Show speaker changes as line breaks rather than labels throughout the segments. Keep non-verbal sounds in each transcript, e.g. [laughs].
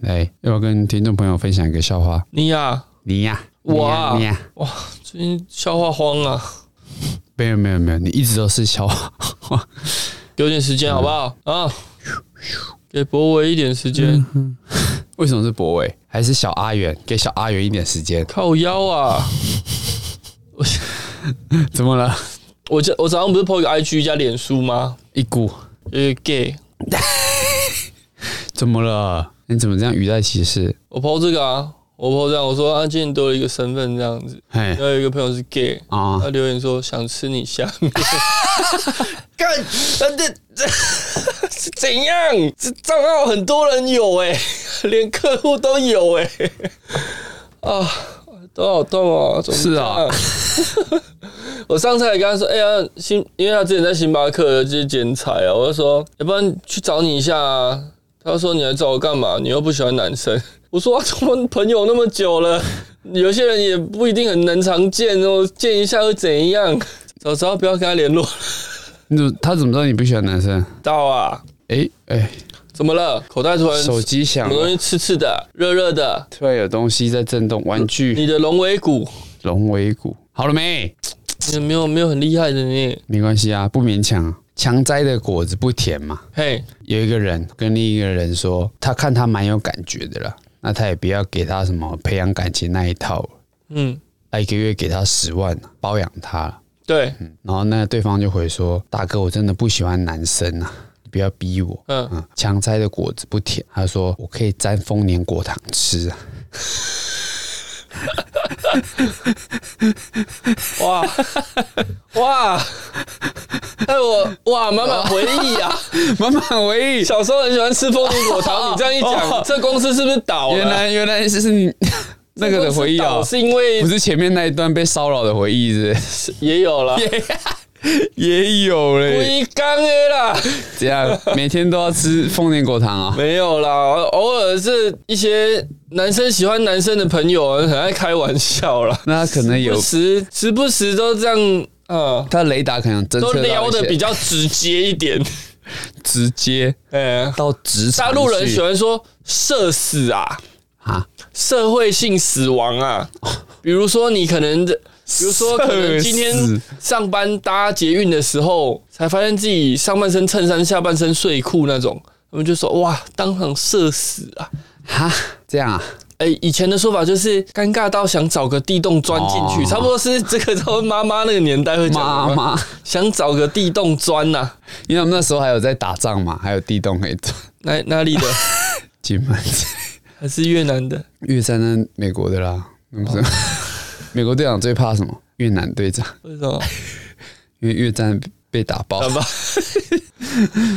来，要不要跟听众朋友分享一个笑话？
你呀、
你呀、
我啊
你呀、
最近笑话荒啊，
没有没有没有，你一直都是笑话。 [laughs]
给我点时间好不好？啊，给博伟一点时间，
为什么是博伟？还是小阿元？给小阿元一点时间。
靠腰啊！
[laughs]
[laughs]
怎么了？
我这我早上不是 PO 一个 IG 加脸书吗？
一股
有一个 gay，
怎么了？你怎么这样语带歧视？
我 PO 这个啊，我 PO 这样，我说啊，今天多了一个身份这样子。
嘿
然后有一个朋友是 gay，
哎啊
他留言说想吃你下面， [laughs] 干，他这这是怎样？这账号很多人有哎、 [laughs] 连客户都有哎、啊，都好痛哦、怎么
是啊
这样， [laughs] 我上次还跟他说，哎、呀，星，因为他之前在星巴克就是剪彩啊，我就说，要不然去找你一下啊。他说你来找我干嘛？你又不喜欢男生。我说、啊、我们朋友那么久了。有些人也不一定很能常见哦，见一下会怎样？早知道不要跟他联络
你怎么他怎么知道你不喜欢男生？
到啊！
哎哎，
怎么了？口袋突然
手
什
机响
么东
了，
西刺刺的、热热的？
突然有东西在震动，玩具
你的龙尾骨
龙尾骨。好了没？
也没有没有很厉害的呢。
没关系啊，不勉强。强摘的果子不甜嘛。
嘿，
有一个人跟另一个人说，他看他蛮有感觉的了，那他也不要给他什么培养感情那一套了，
嗯，
他一个月给他十万包养他了。
对，
然后那个对方就回说：“大哥，我真的不喜欢男生啊，你不要逼我。
嗯，
嗯，强摘的果子不甜。”他说：“我可以沾丰年果糖吃啊。
哇哇，哎我哇，满满回忆啊！”
满满回忆，
小时候很喜欢吃凤梨果糖，你这样一讲，这公司是不是倒了？
哦原来原来是你那个的回忆啊
这公司倒，是因为
不是前面那一段被骚扰的回忆是
也有了，
也有嘞。
龟缸的啦。
这样每天都要吃丰年果糖啊？
没有啦，偶尔是一些男生喜欢男生的朋友啊，很爱开玩笑啦，
那他可能
[laughs]
有
有时时不时都这样，啊，
他雷达可能侦
都
测
撩
到
的
的
比较直接
[laughs]
一点。
直接
哎，
到职场
大
去。
陆人喜欢说社死啊，
啊，
社会性死亡啊，比如说你可能的。比如说，可能今天
社死
上班搭捷运的时候，才发现自己上半身衬衫、下半身睡裤那种，他们就说：“哇，当场社死啊！”
哈这样啊？
哎、以前的说法就是尴尬到想找个地洞钻进去，
哦
差不多是这个他们妈妈那个年代会讲
妈
的吧，
妈。
想找个地洞钻啊呐、
因为我们那时候还有在打仗嘛，还有地洞可以钻。
哪
[laughs]
哪里的
金门 [laughs]
还是越南的？
越战呢，美国的
哦
啦，那不是？ [laughs] 美国队长最怕什么？越南队长，
为什 [laughs] 么？
因为越战被打爆
好。吧，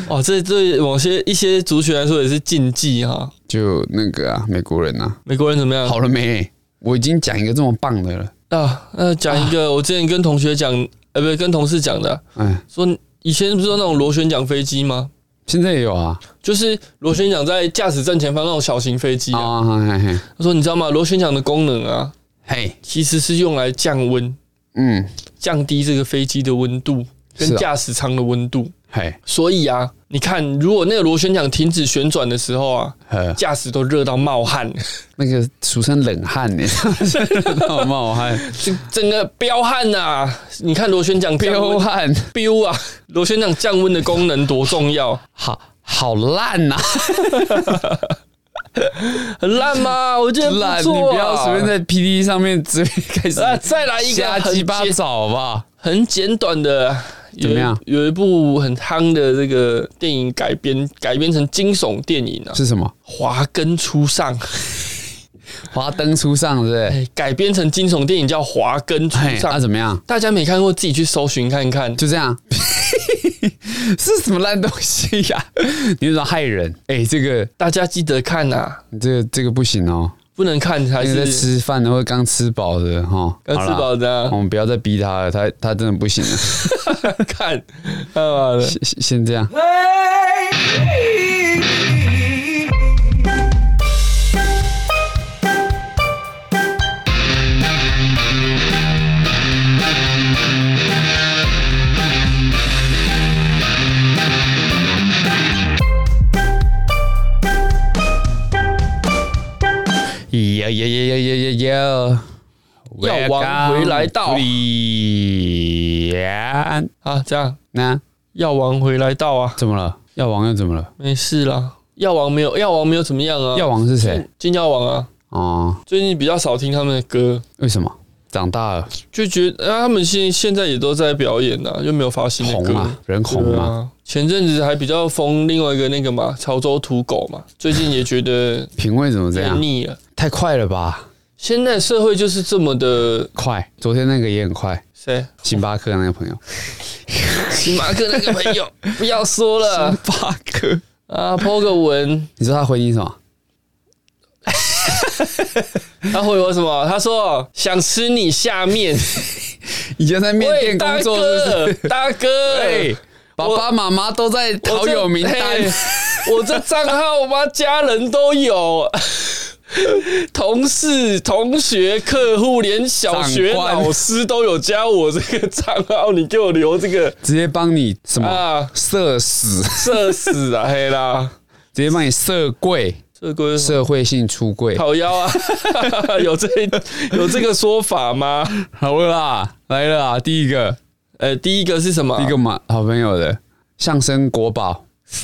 哇，哦这对某些一些族群来说也是禁忌哈、
就那个啊，美国人啊，
美国人怎么样？
好了没？我已经讲一个这么棒的了，
啊，那讲一个，我之前跟同学讲，呃，不是跟同事讲的，
哎，
说以前不是有那种螺旋桨飞机吗？
现在也有啊，
就是螺旋桨在驾驶正前方那种小型飞机啊。
啊，嘿嘿嘿，
他说，你知道吗？螺旋桨的功能啊，
嘿，
其实是用来降温，
嗯，
降低这个飞机的温度
是
跟
啊
驾驶舱的温度。
嘿，
所以啊，你看，如果那个螺旋桨停止旋转的时候啊，
呃，
驾驶都热到冒汗，
那个俗称冷汗呢， [laughs] 好冒汗，
整个飙汗啊！你看螺旋桨降
彪
温
汗，
飙啊，螺旋桨降温的功能多重要，
好好烂呐、啊
很烂吗？我觉得不
烂！你
错、啊，
不要随便在 P D 上面直接开始
啊，再来一个
瞎
很
鸡巴
简
找吧。
很简短的，有
怎么样
有一部很夯的这个电影改编改编成惊悚电影啊，《
是什么？
华根初上》。
华灯初上，是不是？
哎，改编成惊悚电影叫《华根初
嘿，那、
上》
怎么样？
大家没看过，自己去搜寻看看。
就这样， [laughs] 是什么烂东西呀、你怎么害人？哎、这个、
大家记得看啊，
你这个、这个不行哦。
不能看才
因为在
是
吃哦饭的或者刚吃饱的哈，
刚吃
好
饱
啦。
的啊
我们不要再逼他了，他他真的不行了。
[laughs] 看，他妈的，
先先先这样，呀呀呀呀呀呀呀！
药王回来到
呀，
啊，这样
那
药王回来到啊，
怎么了？药王又怎么了？
没事啦。药王没有，药王没有怎么样啊。
药王是谁？
金药王啊，
哦，
最近比较少听他们的歌，
为什么长大了
就觉得、啊、他们现现在也都在表演呐、啊，又没有发新的歌
红。啊？人红
对
啊？
啊，前阵子还比较疯另外一个那个嘛，潮州土狗嘛，最近也
[laughs]
觉得
品味怎么这
太
样？
腻了。
太快了吧？
现在社会就是这么的，
快！昨天那个也很快，
谁？
星巴克那个朋友，
星巴克那个
[laughs]
朋友，不要说了
巴克，
啊，抛个文，
你知道他回你什么？
他回我什么？他说想吃你下面，
以前在面
喂，
店
大
工作是不是？
哥，
[laughs]
大哥，
哎，爸爸妈妈都在
我这
好友名单，
嘿我这账号妈家人都有， [laughs] 同事、同学、客户，连小学
长官
老师都有加我这个账号，你给我留这个
直接帮你什么
啊，
社死，
社死啊，黑啦，
直接帮你社柜，
这个
社会性出柜，
烤腰啊， [laughs] 有这有这个说法吗？
好了啦，来了啦，第一个，
呃，第一个是什么？
第一个嘛，好朋友的相声国宝， [laughs]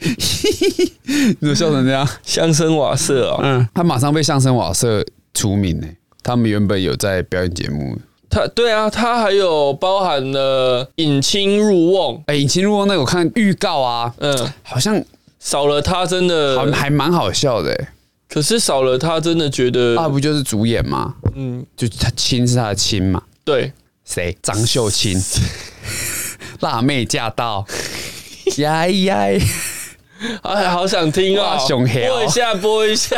你怎么笑成这样？
相声瓦舍啊、
嗯，他马上被相声瓦舍除名呢、他们原本有在表演节目，
他对啊，他还有包含了引亲入瓮，
哎、尹清入瓮那个我看预告啊，
嗯，
好像
少了他真的
还还蛮好笑的、欸。
可是少了他，真的觉得，
啊，不就是主演吗？
嗯，
就他亲是他的亲嘛，
对，
谁？张秀清，辣妹驾到，呀呀！ [laughs]
哎，好想听啊、
哇熊黑哦
播一下，播
[laughs]
一下，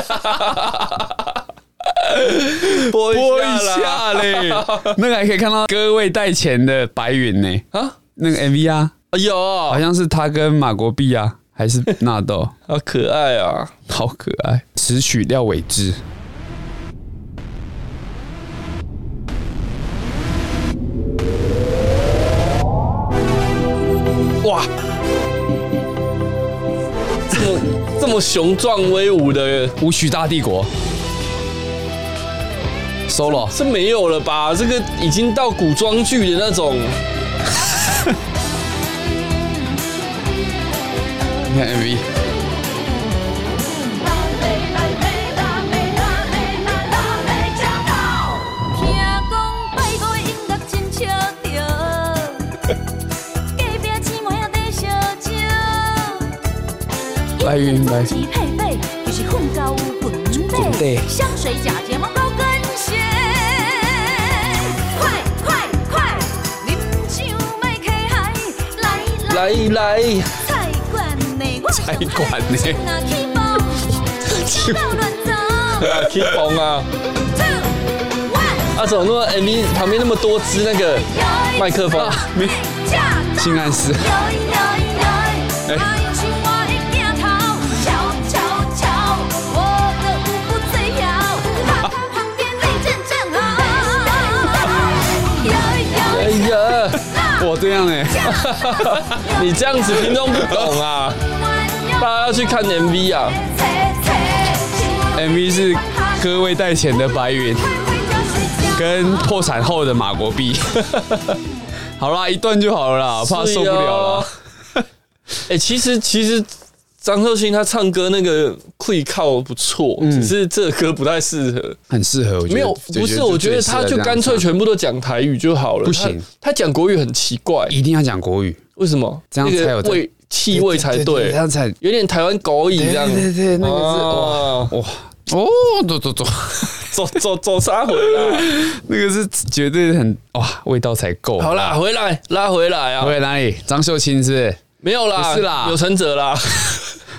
播
播一
一下啦啊
下嘞， [laughs]
[laughs]
那个还可以看到各位带钱的白云呢，
啊，
那个 MV 啊，
哎呦，
好像是他跟马国碧啊，还是纳豆， [laughs]
好可爱啊！
好可爱。词曲廖伟志，
哇，这么这么雄壮威武的，
舞曲大帝国，solo
这没有了吧？这个已经到古装剧的那种，
你看 MV，
听讲拜五音乐真笑着，隔壁姊妹仔在相招。
白云白
是配备，就是混到有混
混底
底，香水假睫毛高跟鞋。快快快，啉酒莫起嗨，来来
来来，
菜馆的我
菜馆的
那起步，到乱
[laughs]
走。
啊，起风啊！
Two one。
啊，怎么那么 MV 旁边那么多只那个麦克风？
没性暗示，哎
哎呀，
我这样欸呢，
你这样子听众不
[laughs]
懂啊！大家要去看 MV 啊！
MV 是各位带钱的白云跟破产后的马国碧。 [laughs] 好啦，一段就好了啦，我怕受不了了。
[laughs] 哎、其实其实张秀清她唱歌那个会靠不错，只是这个歌不太适合。
很适嗯合，我觉得
没有，不是，我觉得她就干脆全部都讲台语就好了。
啊不行
她，她讲国语很奇怪，
一定要讲国语，
为什么？
这样才有
那个味气味才对
这，样才
有点台湾狗语这样。
对对对那个是
哦，
哇哦，走走走，
走走走，杀回来。
[laughs] 那个是绝对很哇，味道才够。
好啦，回来拉回来啊！
回来哪里？张秀清是不是
没有啦，
不是啦
有成者啦，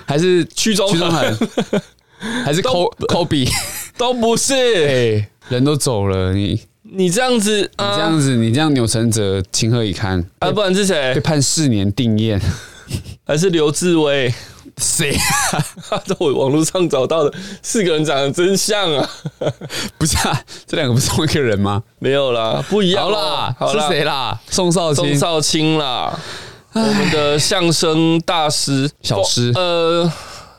还是
屈中
屈中
恒
恒，还是
都
Co Kobe？
[laughs] 都不是。
哎，人都走了，你你
你这样子啊，
这样子，你这样钮承泽情何以堪？
啊，不然是谁
被？判四年定谳，
还是刘志威？ [laughs]
谁
他在我网络上找到的四个人长得真像啊，
不是啊？这两个不是同一个人吗？
没有啦，不一样
好
哦
啦，
好啦
是，谁啊啦？宋少
钟
卿，
少卿啦，我们的相声大师哦
小师
呃，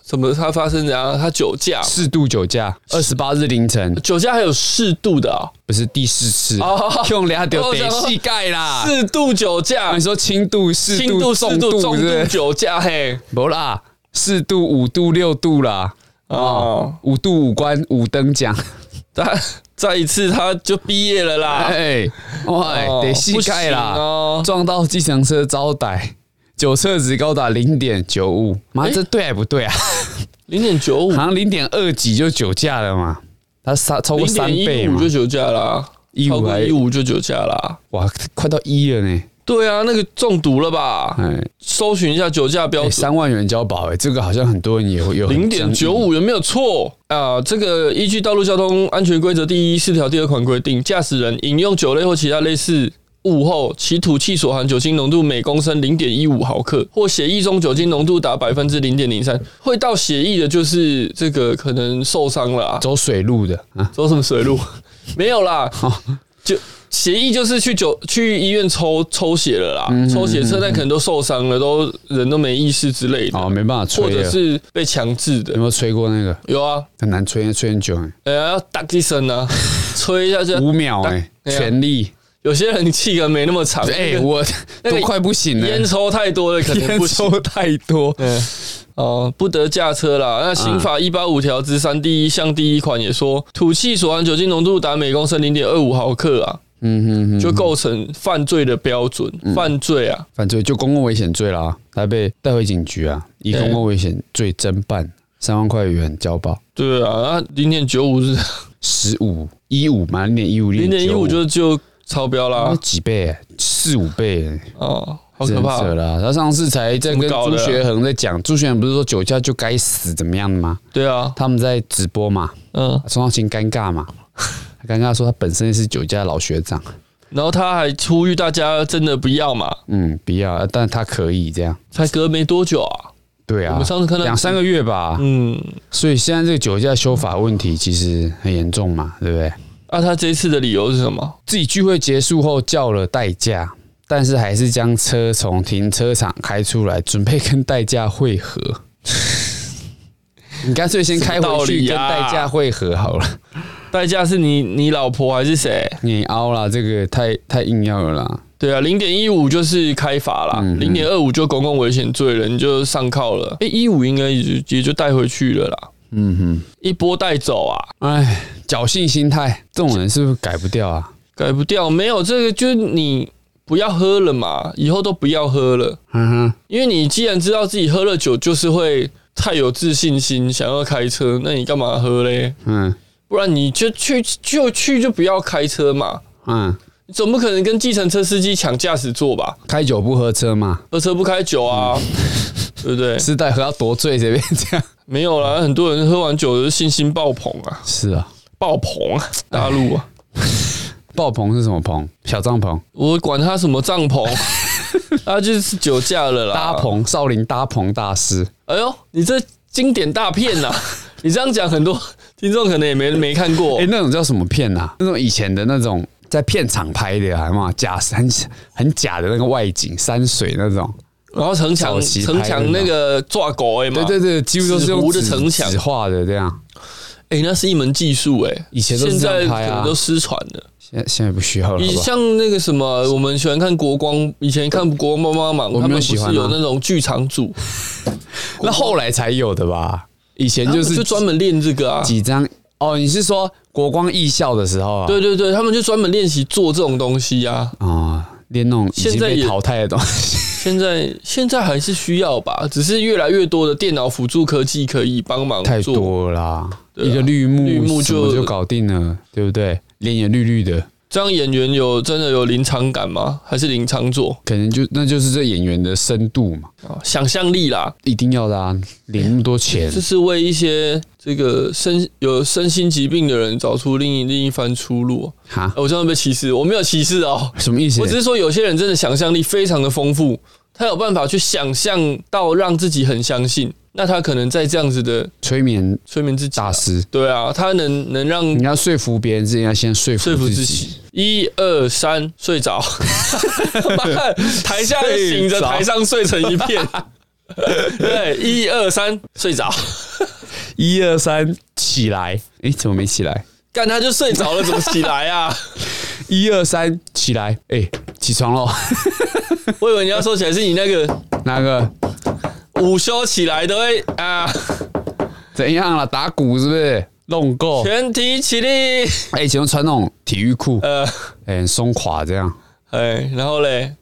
怎么他发生怎样？他酒驾，
四度酒驾，二十八日凌晨，
酒驾还有适度的啊，
不是第四次
哦，
[laughs] 用俩丢
我想
得
说
膝盖啦。
适度酒驾
你，说轻度、四嗯
轻
度、
度、适
重
度、
度
重
是不
度
是？
酒驾，嘿，
不啦，四度、五度、六度啦。
哦
哦，五度五关五等
[laughs]
奖，
他再一次他就毕业了啦，
哎，哇，
啊哦
得膝盖
不行
啦，
哦
撞到计程车招待，酒测值高达零点九五，妈，这对还不对啊？
零点九五
[laughs] 好，像零点二几就酒驾了嘛，他三超过
零
三
点
倍
一
嘛
五，就酒驾啦，
15
超过
还
一五就酒驾啦。
哇，快到一了呢，
对啊，那个中毒了吧？
哎，
搜寻一下酒驾标
哎
准，
三万元交保，哎，这个好像很多人也会有
零点九五有没有错啊？这个依据《道路交通安全规则》第一四条第二款规定，驾驶人饮用酒类或其他类似物后，其吐气所含酒精浓度每公升零点一五毫克，或血液中酒精浓度达百分之零点零三，会到血液的，就是这个可能受伤了、啊，
走水路的啊，
走什
[laughs]
么水路？没有啦，就协议就是去酒去医院抽抽血了啦，
嗯
抽血车站可能都受伤了，都人都没意识之类的，
哦，没办法
或
吹
者
了，
是被强制
有
的。
没有吹过那个？
有啊，
很难吹，吹很久，哎
哎呀，要打一声
[laughs]
啊，吹一下就。
五秒，哎，
对啊
全力，
有些人气可能没那么
哎，
长，啊那个
我
那个
都快不行了，
烟抽太多了，可能不
烟
行。
抽太多，
[laughs] 对，哦，不得驾车啦。
啊
那刑法一八五条之三第一项第一款也说，吐气所含酒精浓度达每公升零点二五毫克啊，
嗯嗯嗯，嗯
就构成犯罪的标准。犯罪啊，
犯罪就公共危险罪啦，他被带回警局啊，以
对
公共危险罪侦办，三万块元交保。
对啊，那零点九五是
十五一五嘛，零点一五，
零点一五
是
就就超标啦，
几倍，四五倍，
哦，好可怕
真扯。啦！他上次才在跟
怎么搞
朱
的
学恒在讲，朱学恒不是说酒驾就该死怎么样的吗？
对啊，
他们在直播嘛，
嗯，
宋少卿尴尬嘛，他尴尬说他本身也是酒驾老学长，
然后他还呼吁大家真的不要嘛，
嗯，不要，但他可以这样，
才隔没多久啊，
对
我
啊
们，上次看到
两三个月吧，
嗯，
所以现在这个酒驾修法问题其实很严重嘛，对不对？
那、啊他这一次的理由是什么？
自己聚会结束后叫了代驾，但是还是将车从停车场开出来，准备跟代驾会合。
[laughs]
你干脆先开回去
什
跟
么道理啊
代驾会合好了。
代驾是你你老婆还是谁？
你凹啦，这个太太硬要了啦。
对啊，零点一五就是开罚啦，
嗯
零点二五就公共危险罪了，你就上铐了。哎、一五应该也就也就带回去了啦，
嗯
一波带走啊。
哼，哎，侥幸心态，这种人是不是改不掉啊？
改不掉，没有这个就是你不要喝了嘛，以后都不要喝了，
嗯哼，
因为你既然知道自己喝了酒就是会太有自信心，想要开车，那你干嘛喝嘞？
嗯
不然你就去就去就不要开车嘛，
嗯，
你总不可能跟计程车司机抢驾驶座吧？
开酒不喝车
[laughs]
嘛，
喝车不开酒啊，
嗯
对不对？
是带喝到多醉随便这样。
没有啦，很多人喝完酒就是信心爆棚啊，
是啊，
爆棚啊，大陆啊，
爆棚是什么棚？小帐篷、
我管他什么帐
[laughs]
篷，他就是酒驾了啦，
搭棚，少林搭棚大师。
哎呦，你这经典大片呐、你这样讲，很多听众可能也没没看过。
哎、那种叫什么片啊？那种以前的那种在片场拍的啊，嘛假很很假的那个外景，山水那种。
然后城墙
早期拍
城
的
墙那个抓狗哎嘛，
对对对，几乎都是用
纸糊的
纸
城墙
纸画的这样。
哎、那是一门技术哎、
以前都是
现
这
在
样
可
拍
能
啊
都，失传了。
现在现在不需要了，
你
好吧？
像那个什么，我们喜欢看国光，以前看国光帮帮忙，
我
他
没
们
有
不
喜欢啊
是有那种剧场组，
那后来才有的吧？以前就
他们
是
就专门练这个啊。
几张哦，你是说国光艺校的时候啊？
对对对，他们就专门练习做这种东西啊。
啊，练那种已经
现在
被
也
淘汰的东西。
现在现在还是需要吧，只是越来越多的电脑辅助科技可以帮忙
太
做
多了啦，
对啊
一个绿幕
绿幕
什么
就
就搞定了，对不对？脸也绿绿的，
这样演员有真的有临场感吗？还是临场做
可能就那就是这演员的深度嘛。
啊？想象力啦，
一定要的啊，领那么多钱
这，是为一些这个身有身心疾病的人找出另一另一番出路。
哈
哎，我这样会被歧视？我没有歧视哦，
什么意思
我？只是说有些人真的想象力非常的丰富，他有办法去想象到让自己很相信。那他可能在这样子的
催眠
催眠自己啊、
大师，
对啊，他能能让
你要说服别人之前，要先说
说服
服
嗯
自
自
己。
己。一二三， [laughs] 睡着。妈的台下醒
睡
着，
着
台上睡成一片。对，一二三，睡着，
一二三，起来！诶，怎么没起来？
干他就睡着了，怎么起来啊？
一二三，起来！诶，起床 [laughs] 喽！
我以为你要说起来是你那个
哪个？
午休起来都会啊，
怎样了？打鼓是不是？弄够？
全体起立，
哎，喜欢穿那种体育裤，
呃，
哎，很松垮这样。
哎，然后嘞，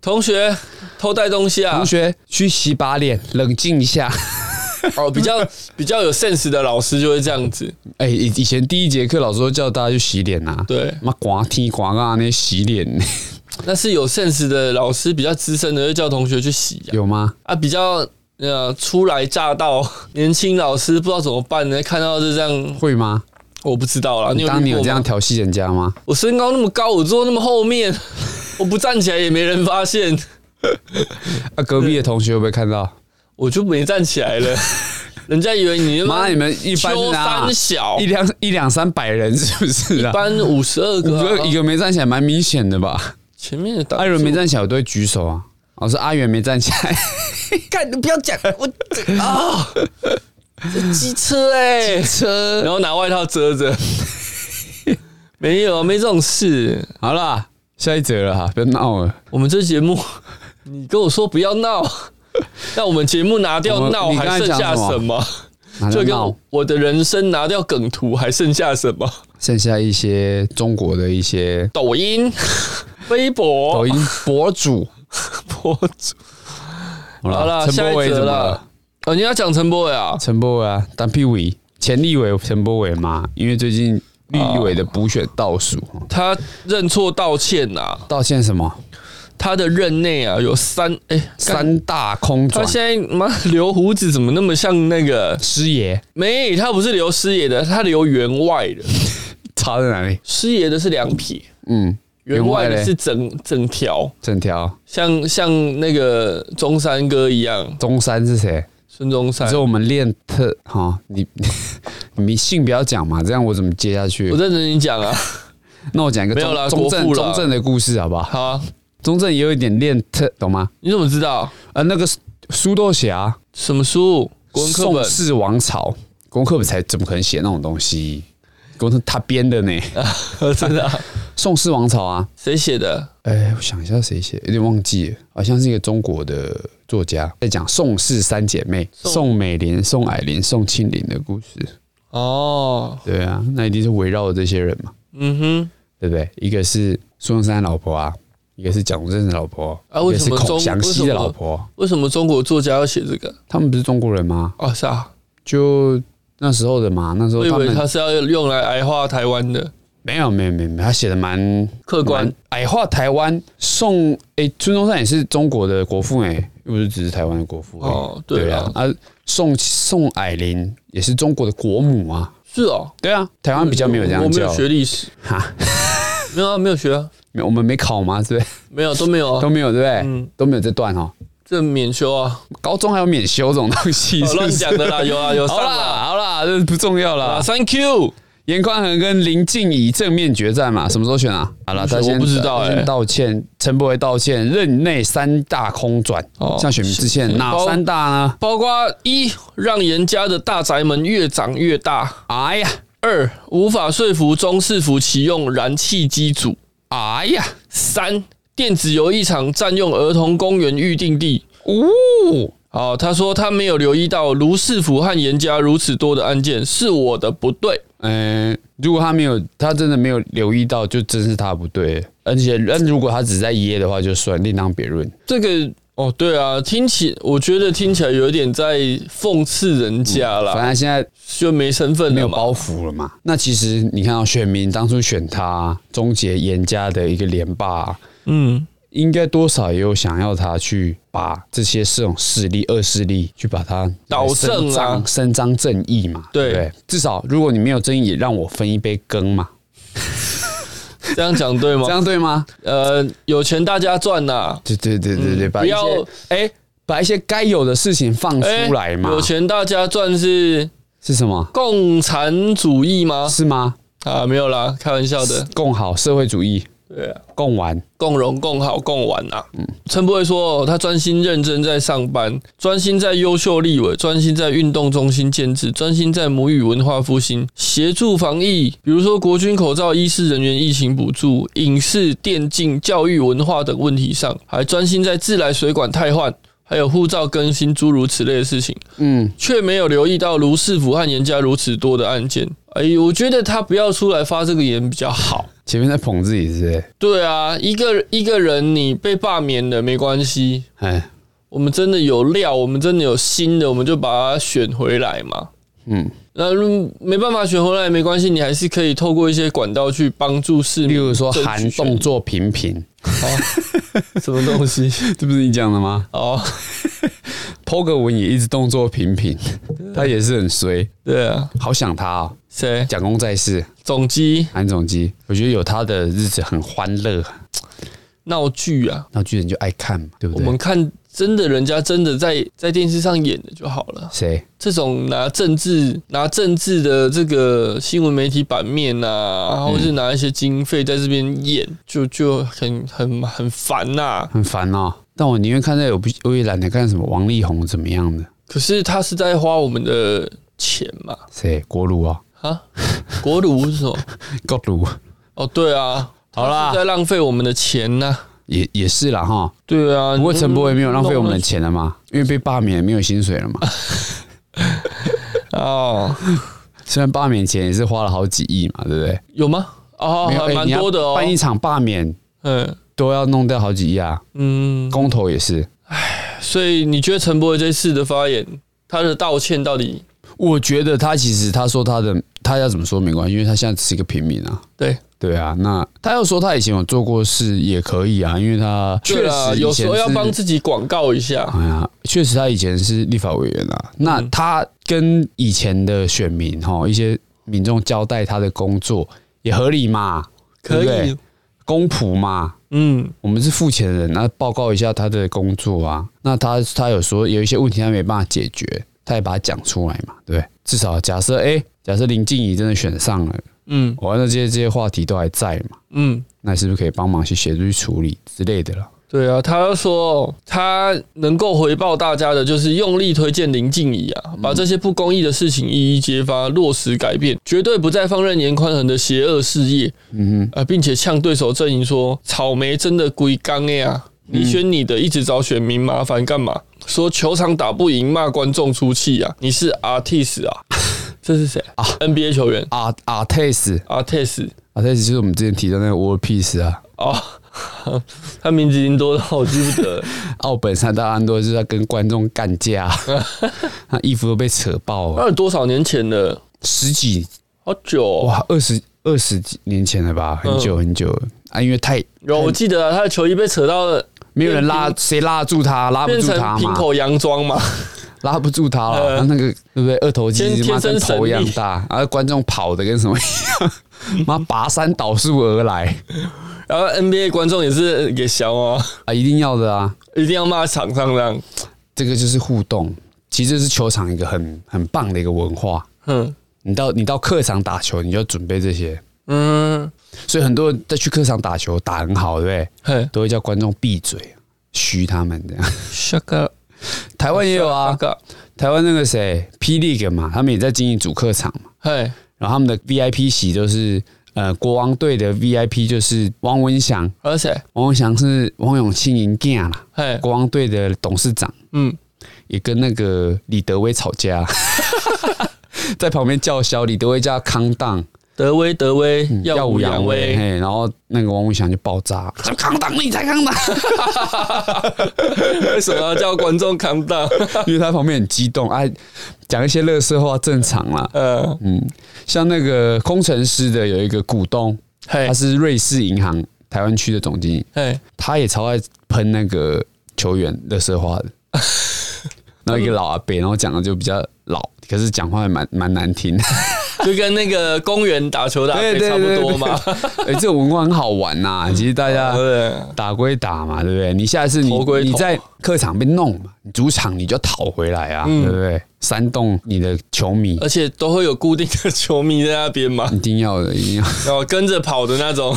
同学偷带东西啊
同，学去洗把脸，冷静一下。 [laughs]
哦，比较比较有 sense 的老师就会这样子，
哎，以以前第一节课老师都叫大家去洗脸呐、啊，
对
妈刮剃刮啊那洗脸 [laughs]
但是有 sense 的老师比较资深的会叫同学去洗啊，
有吗？
啊，比较呃初来乍到年轻老师不知道怎么办呢，看到就这样，
会吗？
我不知道啦，啊你有遇
当你有
过
这样
吗
调戏人家吗？
我身高那么高，我坐那么后面， [laughs] 我不站起来也没人发现，
啊，隔壁的同学会不会看到？
我就没站起来
[laughs]
了，人家以为你他妈
妈，你们一般
秋
是哪
三小
一两一两三百人 [laughs] 是不是啊？
班五十二
五
个、
个一
个
个没站起来，蛮明显的吧？
前面的打
艾伦没站起来，我都会举手啊。老师阿元没站起来， [laughs]
干，你不要讲我啊，这机车哎、
车
然后拿外套遮着， [laughs] 没有啊没这种事，
好啦，下一则了哈，不要闹了。
我们这节目，你跟我说不要闹，那我们节目拿
我
掉
们
闹
你刚才
还剩下
讲什
什么？
哪就
就跟
闹，
我的人生拿掉梗图还剩下什么？
剩下一些中国的一些 [laughs]
抖音、微
抖
博、
音博主。
博主。
好
好
啦，
啦，
陈
下
柏
一
伟
则
怎么
啦
了？。
哦，你要讲陈柏伟啊？
陈柏伟啊，当屁委前立委陈柏伟嘛，因为最近立委的补选倒数，
他认错道歉呐、
道歉什
啊
么
他的任内啊有三哎、干
三大空
他
转
现在妈留胡子怎么那么像那个？
师爷
没，他不是留师爷的，他留员外的。
差在哪里？
师爷的是两撇，
嗯，
员外的
嘞
是整整条，
整条
像像那个中山哥一样，
中山是谁？
孙中山
所以。我们练特哈、你 [laughs] 你姓不要讲嘛，这样我怎么接下去
我？认真跟你讲啊， [laughs]
那我讲一个
没有
中
啦
中
国
正
父啦
中正的故事好不好？
好啊，
中正也有一点练特，懂吗？
你怎么知道
呃，那个苏豆侠，
什么书？国文课
宋
本
氏王朝，国文课本才怎么可能写那种东西？国文他编的呢，
呃 [laughs] 真的啊、
[laughs] 宋氏王朝啊。
谁写的？
哎，我想一下谁写，有点忘记了，好像是一个中国的作家，在讲宋氏三姐妹
宋
宋美龄、宋霭龄、宋庆龄的故事。
哦，
对啊，那一定是围绕着这些人嘛，
嗯哼，
对不对？一个是苏中山的老婆啊，一个是蒋中正的老婆，
啊
一
为
个
什
是
么
孔
中
祥熙
为
的
什么
老婆，
为什么中国作家要写这个？
他们不是中国人吗？
哦，是啊，
就那时候的嘛，那时候
我以
他
为
们
他是要用来矮化台湾的。
没有没有没有，没有他写的蛮
客观
蛮矮化台湾。宋哎，孙中山也是中国的国父哎、又不是只是台湾的国父而已
哦对啊
啊，宋宋霭龄也是中国的国母啊，
是哦，
对啊，台湾比较没有这
嗯我
样
没有
叫
学历史，
哈，
没有啊，没有学啊，
没有我们没考嘛，对不对？
没有都没有
都
啊，
没有对不对？
嗯
都没有这段哦。
这免修啊，
高中还有免修这种东西，
哦
是不
乱
是
讲的
[laughs]
啦，有啊有上
好
啦
啦，好啦，这不重要啦
啊。，Thank you，
严宽恒跟林静怡正面决战嘛，什么时候选啊？好了，他
我
先
不知道
他
欸
先道哎歉，陈柏惟道歉，任内三大空转，
哦
向选民致歉，
是
哪
包
三大呢？
包括一让人家的大宅门越长越大，
哎呀，
二无法说服中市府启用燃气机组，
哎呀，
三电子游艺场占用儿童公园预定地。
哦，
哦，他说他没有留意到卢市府和严家如此多的案件是我的不对，
嗯、如果他没有，他真的没有留意到，就真是他不对。而且，那如果他只是在噎的话，就算另当别论。
这个哦，对啊，听起我觉得听起来有点在讽刺人家
嗯反正
啦，
他现在
就没身份
没
了
有
嘛。
包袱了嘛。那其实你看到、选民当初选他，终结严家的一个连霸，
嗯，
应该多少也有想要他去把这些这种势力、恶势力去把它
导正
伸
啊
张、伸张正义嘛。
对
不对，至少如果你没有正义，也让我分一杯羹嘛，
嗯这样讲对吗
[laughs] 这？样对吗？
呃，有钱大家赚呐、
对对对对对，把
不
一些
要
哎，把一些该有的事情放
哎
出来嘛
有。钱大家赚是
是什么？
共产主义吗？啊
是吗？
啊，没有啦，开玩笑的。
共好社会主义
对啊，
共玩，
共荣共好共玩啊。陈伯伟说，他专心认真在上班，专心在优秀立委，专心在运动中心建制，专心在母语文化复兴，协助防疫，比如说国军口罩、医师人员疫情补助、影视、电竞、教育、文化等问题上，还专心在自来水管汰换。还有护照更新诸如此类的事情，
嗯，
却没有留意到卢氏府和严家如此多的案件。哎，我觉得他不要出来发这个言比较好。
前面在捧自己是不是？
对啊，一个一个人你被罢免了没关系，
哎，
我们真的有料，我们真的有新的，我们就把它选回来嘛。
嗯，
那如没办法选回来没关系，你还是可以透过一些管道去帮助市民。
例如说韩动作频
[laughs]
频，
什么东西
这不是你讲的吗？
[laughs] 哦，
p 个文也一直动作频频，
啊
他也是很衰，
对啊，
好想他哦。
谁
蒋公在世，
总机
韩总机，我觉得有他的日子很欢乐，
闹剧啊？
那巨人就爱看嘛，对不
我
对？
们看真的人家真的在在电视上演的就好了。
谁？
这种拿政治拿政治的这个新闻媒体版面啊，或
嗯
是拿一些经费在这边演，就就很很很烦呐、
很烦哦。但我宁愿看在我不，我也懒得看什么王力宏怎么样的，
可是他是在花我们的钱
[laughs]
嘛？
谁？锅炉啊，
啊，国鲁是什么？
锅炉
哦，对啊，
好啦
他是 [laughs] 在浪费我们的钱呐、
也也是啦哈。
对啊，
不过陈柏
博
伟没有浪费我们的钱了嘛，因为被罢免没有薪水了
[laughs]
嘛。
哦，
虽然罢免钱也是花了好几亿嘛，对不对？
有吗？哦，
没有
还
哎
蛮
你要
多的哦。
办一场罢免
嗯
都要弄掉好几亿啊，
嗯，
公投也是。
所以你觉得陈柏伟这次的发言，他的道歉到底
我觉得他其实他说他的他要怎么说没关系，因为他现在只是一个平民啊。
对？
对啊，那他要说他以前有做过事也可以啊，因为他
对
确
啦
实
有
以前
时候要
是
帮自己广告一下。
哎呀，确实他以前是立法委员啊。
嗯
那他跟以前的选民哈，一些民众交代他的工作也合理嘛，
可
对不对
以，
公仆嘛。
嗯，
我们是付钱的人，那报告一下他的工作啊。那他他有说有一些问题他没办法解决，他也把它讲出来嘛，对不对？至少假设哎、假设林静怡真的选上了，
嗯
我那这些这些话题都还在嘛，
嗯，
那是不是可以帮忙去协助去处理之类的了？
对啊，他说他能够回报大家的，就是用力推荐林静怡啊，把这些不公义的事情一一揭发，落实改变，绝对不再放任严宽恒的邪恶事业
嗯哼，
啊、呃并且呛对手阵营说：“草莓真的龟缸的呀、你选你的，一直找选民麻烦干嘛？”说球场打不赢，骂观众出气啊！你是 Artis 啊？这是谁啊？NBA 球员
啊啊 t a s
Artis
啊 t a s 就是我们之前提到那个 World Peace 啊，
哦， [laughs] 他名字已经多到我记不得
[laughs]
了。
奥本山大安多就是在跟观众干架，他衣服都被扯爆了，
那有多少年前了？
十几
好久、哦。
哇，二十二十几年前了吧，很久很久了、啊，因为太
有，我记得、啊、他的球衣被扯到了
没有人拉，谁拉得住他？拉不
变
住
成
他
平
嘛，
口洋装嘛， [laughs]
拉不住他了。
呃
他那个对不对？二头
天
肌他妈
天
跟
生神
头一样
力
大，然后观众跑的跟什么一样，妈跋山倒树而来
然后 NBA 观众也是给笑啊，
啊，一定要的啊！
[laughs] 一定要骂场上这样。
这个就是互动，其实这是球场一个很很棒的一个文化。
嗯
你到你到客场打球，你就要准备这些，
嗯，
所以很多人在去客场打球打很好，对不对？
嘿
都会叫观众闭嘴，嘘他们这样。
，shut up，
台
哎
湾也有
[laughs]
啊，
shut up，
台湾那个谁霹雳 e 嘛，他们也在经营主客场嘛，
嘿，
然后他们的 VIP 席就是呃国王队的 VIP 就是汪文祥，
而且
汪文祥是汪永庆赢囝啦，
嘿，
国王队的董事长
嗯，
也跟那个李德威吵架， [laughs] 在旁边叫嚣，李德威叫康荡，
德威德威，
嗯
耀武扬
威，
威，
嘿，然后那个汪文祥就爆炸，说康荡你才康荡，
[laughs] 为什么要叫观众 calm down？
[laughs] 因为他旁边很激动，哎、讲一些乐色话正常啦，
呃，
嗯像那个工程师的有一个股东。
嘿
他，是瑞士银行台湾区的总经理，
嘿，
他也超爱喷那个球员的色话
[laughs]
的。然后一个老阿伯，然后讲的就比较老，可是讲话也蛮蛮难听。
就跟那个公园打球打
对
得
对
差不
对
多
对
嘛，
[laughs] 哎、这种文化很好玩呐、
[laughs]
其实大家
对不啊对？
打归打嘛，对不对？你下一次你
头归头
你在客场被弄嘛，你主场你就讨回来啊，
嗯
对不对？煽动你的球迷，
而且都会有固定的球迷在那
[laughs]
边嘛，
一定要的，一定要
然后跟着跑的
[laughs]
那种，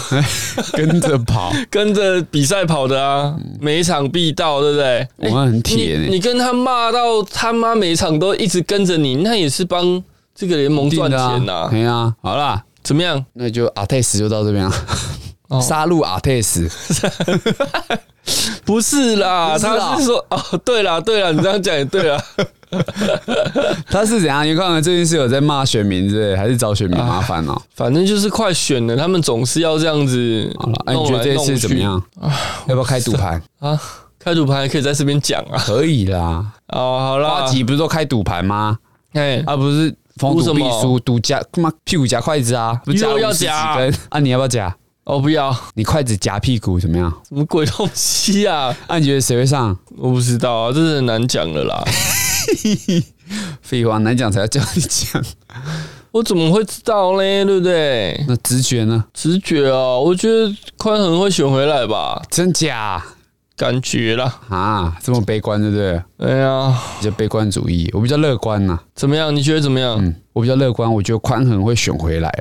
跟着跑。
[laughs] 跟着比赛跑的啊，每一场必到，对不对？
嗯我
哎
们很铁呢、
你你跟他骂到他妈每一场都一直跟着你，那也是帮这个联盟
一定
赚
的啊
钱呐、
对啊，好啦，
怎么样？
那就阿泰斯就到这边
哦
了，杀戮阿泰斯，
不是啦，
不是啊
他是说哦，对啦，对啦，你这样讲也对啦。
[laughs] 他是怎样？你看看最近是有在骂选民之类，还是找选民麻烦哦？
反正就是快选了，他们总是要这样子
好了，哎，你
弄
觉得
来
这
弄
次
去
怎么样？要不要开赌盘？
啊？开赌盘可以在这边讲啊。
可以啦，
哦，好
八
啦，
级不是都开赌盘吗？
哎，
啊，不是逢赌
赌什
必
么
输，赌夹干嘛屁股夹筷子啊？不是夹
又要
50几
夹
根啊？你要不要夹？
哦，不要，
你筷子夹屁股怎么样？
什么鬼东西啊？ [laughs]
啊，你觉得谁会上？
我不知道啊，这是很难讲了啦。 [laughs]
废话，难讲才要叫你讲。
我怎么会知道嘞？对不对？
那直觉呢？
直觉哦，我觉得宽恒会选回来吧，
真假
感觉啦。
啊？这么悲观，对不对？
哎呀，
比较悲观主义，我比较乐观啊呐、
怎么样？你觉得怎么样？
嗯，我比较乐观，我觉得宽恒会选回来
[laughs]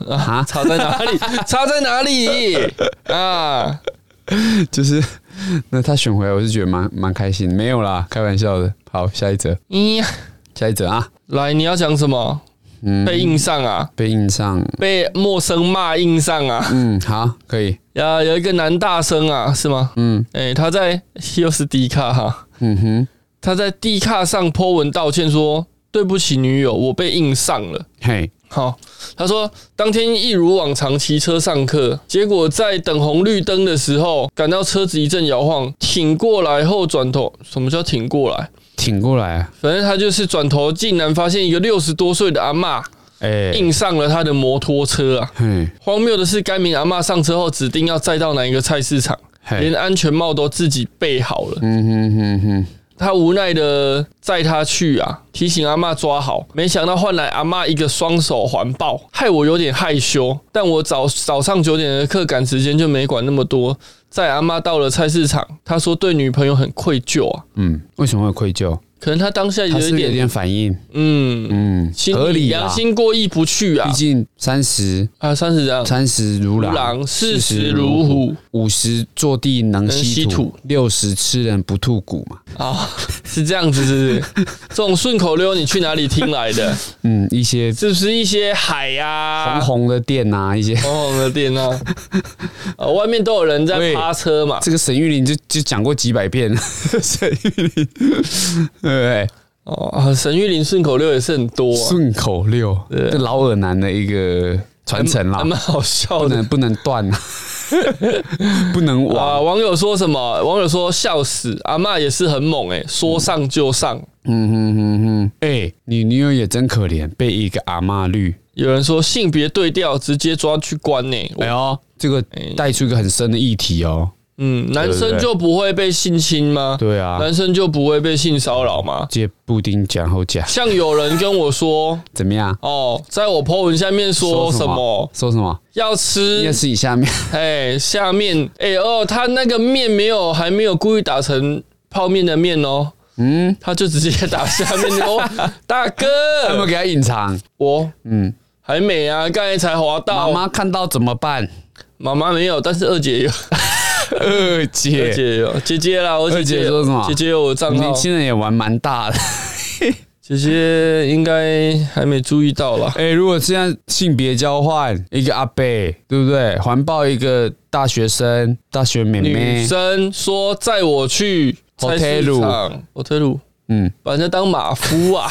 了。啊，
差在哪里？ [laughs] 差在哪里 [laughs] 啊？
[laughs] 就是那他选回来，我是觉得蛮蛮开心。没有啦，开玩笑的。好，下一则，
咦，
下一则啊，
来，你要讲什么？
嗯，
被印上啊，
被印上，
被陌生骂印上啊。
嗯，好，可以，
呀，有一个男大生啊，是吗？
嗯
哎、他在又是低卡哈、
嗯哼，
他在 D 卡上 po 文道歉说：“对不起，女友，我被硬上了。”
嘿，
好，他说当天一如往常骑车上课，结果在等红绿灯的时候，感到车子一阵摇晃，挺过来后转头，什么叫挺过来？
挺过来啊，
反正他就是转头，竟然发现一个六十多岁的阿嬷
哎、
硬上了他的摩托车啊！
嘿，
荒谬的是，该名阿嬷上车后指定要载到哪一个菜市场，连
嘿，
安全帽都自己备好了。
嗯哼哼哼，
他无奈的载他去啊，提醒阿嬷抓好，没想到换来阿嬷一个双手环抱，害我有点害羞。但我早早上九点的课赶时间就没管那么多。载阿嬷到了菜市场，他说对女朋友很愧疚啊，
嗯，为什么会愧疚？
可能他当下有
他是
一
不是有
点
点反应，
嗯，
嗯，
心里
合理啦
良，心过意不去啊
毕竟三十
啊，三十这样，
三十如
如
狼，
狼四十如虎，
五十坐地能吸
能吸
土
土，
六十吃人不吐骨嘛。
啊，是这样子，是不是？这种顺口溜你去哪里听来的？
嗯，一些
是不是一些海呀、啊、
红红的店啊，一些 [laughs]
红红的店啊，呃，外面都有人在
喂。
趴车嘛
这个沈玉琳就就讲过几百遍了， [laughs] 沈玉琳，对不对？
哦，啊沈玉琳顺口溜也是很多、啊，
顺口溜，
对
这老耳男的一个传承啦
还，蛮好笑
不
的
能。不能断啊， [laughs] 不能
啊！
忘。
网友说什么？网友说笑死，阿嬷也是很猛哎、说上就上。
嗯哼哼哼，哎、你女友也真可怜，被一个阿嬷绿。
有人说性别对调，直接抓去关欸呢、
哎呦，这个
哎
带出一个很深的议题哦。
嗯，男
对
生
对
就不会被性侵吗？
对啊，
男生就不会被性骚扰吗？
借布丁讲后讲
像有人跟我说，
怎么样？
哦，在我 po 文下面说什么嗯
说什么？
要吃
夜市以下面，
哎，下面哎、哦，他那个面没有，还没有故意打成泡面的面哦，
嗯，
他就直接打下面
[laughs]
的哦，大哥，
他们给他隐藏。
我
嗯，
还没啊，刚才才滑
妈
到，
妈看到怎么办？
妈妈没有，但是二姐有，
[laughs] 二
二
姐，哦
姐有，姐姐啦，我姐
二姐
有
说什么
姐姐有我账
年
号，
轻人也玩蛮大的。
姐姐应该还没注意到啦。
[laughs] 哎、如果现在性别交换，一个阿伯，对不对？环抱一个大学生、大学妹
女
妹，
生说载我去菜
Hotel
市场，我推路，
嗯，
把人家当马
[laughs]
夫啊，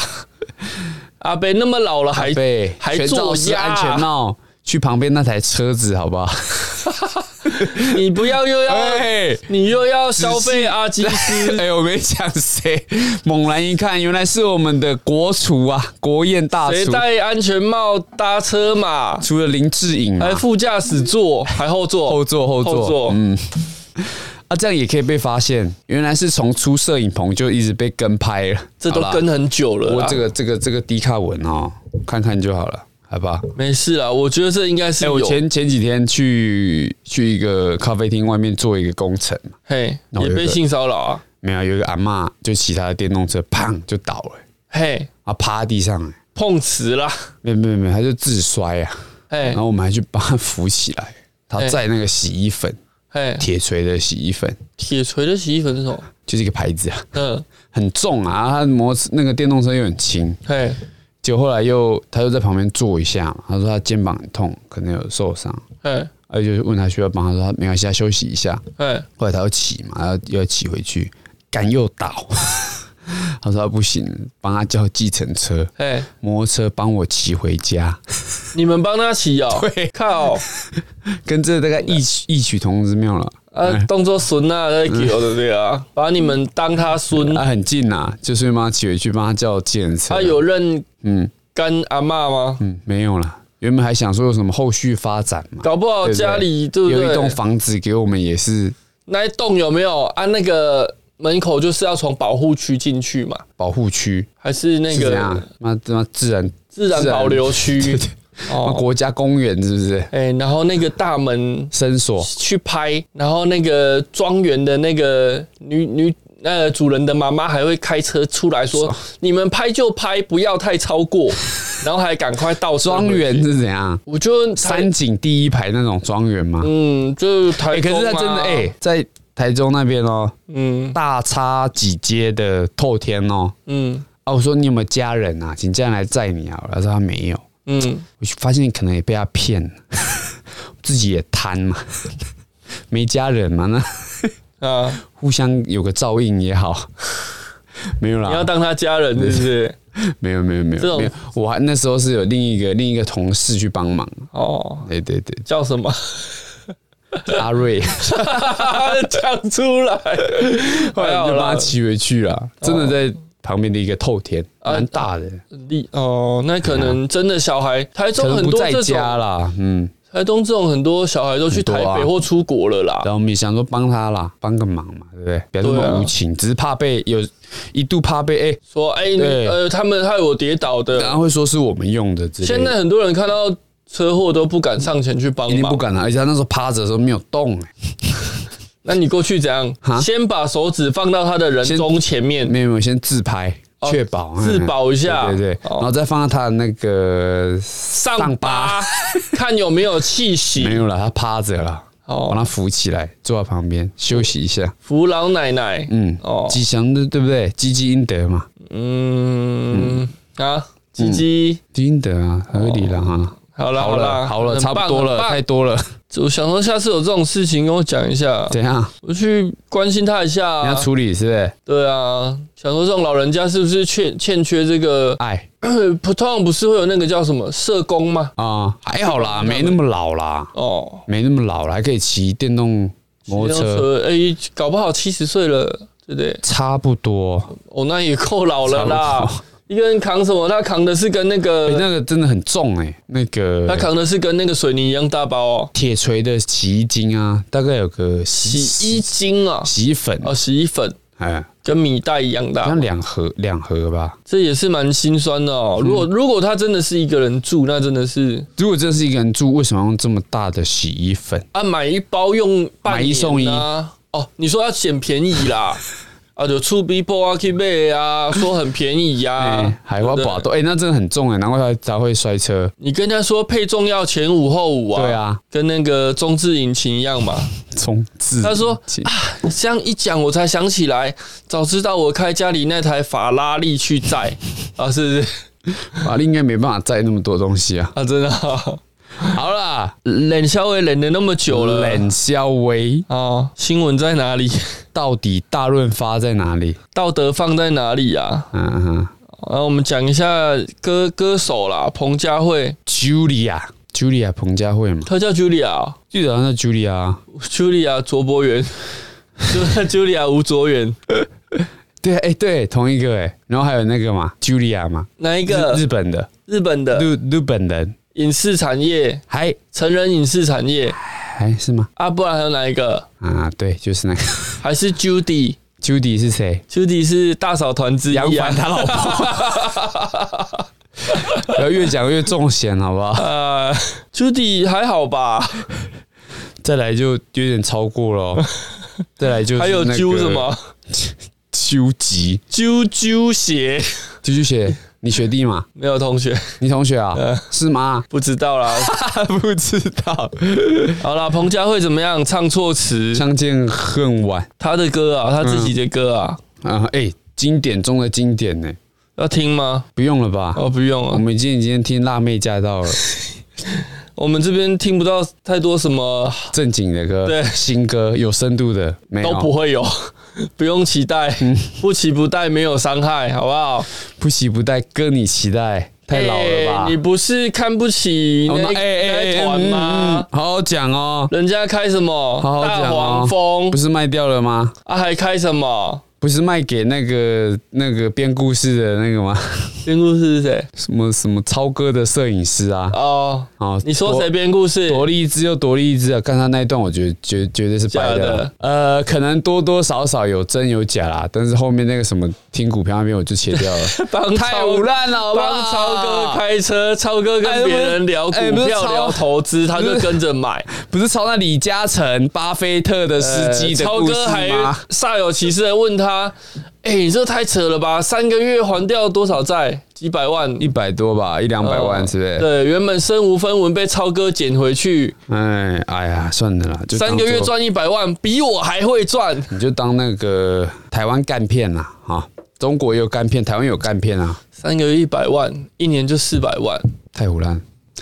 阿北那么老了
阿
还
伯
还
全罩
作
式
压
安全帽，去旁边那台车子，好不好？
你不要又要、
[laughs] 哎
你又要消费阿基
[laughs]
斯，
哎、我没讲谁，猛然一看，原来是我们的国厨啊，国宴大
谁
厨，
戴安全帽搭车嘛？
除了林志颖、啊
还，副驾驶座，还后座，
后座后座，
后座
嗯，啊，这样也可以被发现，原来是从出摄影棚就一直被跟拍了，
这都
好啦
跟很久了啊
不过
啦。
这个这个这个低卡文哦，看看就好了，好吧？
没事啦，我觉得这应该是
哎、
有。
我前前几天去去一个咖啡厅外面做一个工程，
嘿
那我
也
有
被
个
性骚扰啊，
没有有一个阿嬷就骑她的电动车，砰就倒了，
嘿
啊趴在地上，哎
碰瓷啦，
没有没有没有，她就自摔啊，
嘿
然后我们还去帮她扶起来，她
哎
在那个洗衣粉
嘿
铁锤的洗衣粉，
铁锤的洗衣粉是什么？
就是一个牌子啊，
嗯，
很重啊，啊她摩托那个电动车又很轻，
嘿
结果后来又她又在旁边坐一下嘛，她说她肩膀很痛，可能有受伤，
嘿
而且就问她需要帮，她说她没关系，她休息一下。
嘿，
后来他要骑嘛，要又要骑回去，赶又倒。 [laughs] 他说他啊不行，帮他叫计程车，
嘿，
摩托车帮我骑回家，
你们帮他洗哦，对，靠，
跟这大概异曲异曲同工之妙了。
啊，当做孙啊在叫的对啊，把你们当他孙，
啊，很近呐、就是帮他骑回去，帮他叫计程车。
他有认
嗯
干阿嬷吗？
嗯，没有啦。原本还想说有什么后续发展嘛，
搞不好
对不对
家里对不
有一栋
对？
房子给我们也是
那一栋有没有啊？那个门口就是要从保护区进去嘛，
保护区，
还是那
是怎样
个？
那他妈自然
自然保留
对
区
对？那 [laughs]
哦？
国家公园是不是？
哎，然后那个大门
深锁
去拍，然后那个庄园的那个女女那个主人的妈妈还会开车出来
啊
说：“你们拍就拍，不要太超过。”然后还赶快倒车
庄
回去
园，是怎样？
我就
山
台
景第一排那种庄园吗？
嗯，就是台、
哎、可是他真的哎、，在台中那边哦，
嗯
大差几街的透天哦。
嗯
啊，我说你有没有家人啊？请家人来载你啊。他说他没有，
嗯，
我就发现可能也被他骗了， [laughs] 自己也贪嘛， [laughs] 没家人嘛，那
啊，
互相有个照应也好。 [laughs] 没有
你要
啦，
当他家人是不是？
没有没有没
这
有
种
没有，我还那时候是有另一个另一个同事去帮忙，
哦，
对对对，
叫什么？ [laughs]
阿瑞，
讲
[laughs]
出来，
后来
还
我哎
好
就帮
啦
他。骑回去了，真的在旁边的一个透天，
哦
蛮大的。
力哦，那可能真的小孩，台
可
中
能
很
不
多
在
这
家
种，
啦，嗯，
台中这种很多小孩都去
很多
台
啊
北或出国了啦
然。后我们也想说帮他啦，帮个忙嘛，对不对？不要那
对啊
么无情，只是怕被有一度怕被哎、
说哎、
对啊
呃，他们害我跌倒
然
的。
后会说是我们用的之类的，
现在很多人看到车祸都不敢上前去帮
一定
忙，
不。敢了、啊而且他那时候趴着的时候没有动、哎
那你过去怎样
哈？
先把手指放到他的人
先
中前面，
没有没有，先自拍。
哦
确保
自保一下
嗯对对对，
哦
然后再放到他的那个
上巴， [laughs] 看有没有气
没
息。
有了，他趴着了，把
哦，
他扶起来，坐在旁边休息一下。
扶老奶奶。
嗯，
哦，
吉祥的对不对？积积阴德嘛，
嗯啊，鸡鸡，
积阴德啊，合理了哈。
好了
好
了
了好了，
很
差
棒
不多了，
很棒
太多 [laughs] 了。
我想说下次有这种事情跟我讲一下，
怎样？
我去关心他一下
你要
啊。
处理是不是？
对啊，想说这种老人家是不是欠欠缺这个
爱
不，通常不是会有那个叫什么社工吗？
啊，还好啦，没那么老啦，
哦，
没那么老啦，还可以骑电动摩托
骑
车，
车，哎、搞不好七十岁了，对不对？
差不多。
哦，那也够老
差
了啦
不。
一个人扛什么？他扛的是跟那个，
哎，那个真的很重哎，那
他
个
扛的是跟那个水泥一样大包哦，
铁锤的洗衣精啊，大概有个
洗衣精啊，
洗衣粉，
哦，洗衣粉
哎，
跟米袋一样
好
大
像，两盒两盒吧。
这也是蛮心酸的哦。如果
嗯
如果他真的是一个人住，那真的是
如果这是一个人住，为什么要用这么大的洗衣粉？
啊，买一包用半
买一送一
年啊。哦，你说要捡便宜
[laughs]
啦，啊，就出 B 波啊，去买啊，说很便宜啊呀、
[laughs] 哎，海花
对
宝豆，哎，那真的很重哎，难怪他才会摔车。
你跟他说配重要前五后五啊，
对，啊，
跟那个中置引擎一样嘛。
冲刺。
他说这样一讲，我才想起来，早知道我开家里那台法拉利
[laughs]
去载啊，是不是
法力应该没办法载那么多东西啊。
啊？真的、啊，
[laughs] 好啦，
冷笑话冷了那么久了，
冷哦肖威
啊！新闻在哪里？ [laughs]
到底大润发在哪里？
道德放在哪里啊？
嗯嗯
然后我们讲一下歌歌手啦，彭佳慧，
，Julia，Julia 彭佳慧嘛，
她叫 Julia 哦
记得好像叫 Julia 啊。
Julia 卓博元， [laughs] 就是 Julia 吴卓元，
对，哎、对，同一个哎、然后还有那个嘛，Julia 嘛，
哪一
日
个
日本的
日本的
日日本人，
影视产业？
还
成人影视产业，
还是吗？
啊，不然还有哪一个？
啊，对，就是那个 [laughs]
还是 Judy？Judy
Judy 是谁？
是大嫂团之
杨
一
凡
啊。
他老婆。 [laughs] 不要越讲越中险，好不好？
呃，Judy 还好吧？
再来就有点超过了哦，再来就是
还有
那个
揪什么？
纠集，
揪揪鞋？
就去写你学弟嘛，
没有同学 [laughs]
你同学啊，是吗？
不知道啦。
[laughs] 不知道，
好啦，彭佳慧怎么样？唱错词，
相见恨晚
他的歌啊，他自己的歌啊，
啊！哎、经典中的经典呢，
要听吗？
不用了吧？
哦，不用
我
啊，
们今天今天听辣妹驾 [laughs] 到了，
我们这边听不到太多什么
正经的歌，
对
新歌有深度的没有？嗯
都不会有， [laughs] 不用期待，不期不待没有伤害，好不好？
不喜不待，哥你期待，太老了吧？
哎你不是看不起
哦
那
那
那一团
嗯嗯
吗？
好好讲哦，
人家开什么
好好讲哦
大黄蜂
不是卖掉了吗？
啊，还开什么？
不是卖给那个那个编故事的那个吗？ [laughs]
编故事是谁？
什么什么超哥的摄影师啊？
哦，
哦，
你说谁编故事
多？？多励志又多励志啊！看他那一段，我觉得绝绝对是白
假
的
的。
呃，可能多多少少有真有假啦，但是后面那个什么听股票那边我就切
[laughs]
掉了，
帮
太
超
无烂了，好不好
帮超哥，开车，超哥
哎
跟
不是
别人聊股
哎
票、
不是超
聊投资，他
不
就
是
跟着买。
不是抄那李嘉诚、巴菲特的司机的
呃超
故
哥
事
还
吗？
煞有其事的问他：“哎、你这太扯了吧？三个月还掉多少债？几百万？
一百多吧，一两百
哦
万，是不是？
对，原本身无分文被超哥捡回去，
哎，哎呀，算了啦，就当
三个月
做，
赚一百万，比我还会赚。
你就当那个台湾干片啦，啊，中国也有干片，台湾也有干片啊，
三个月一百万，一年就四百万。
太胡乱，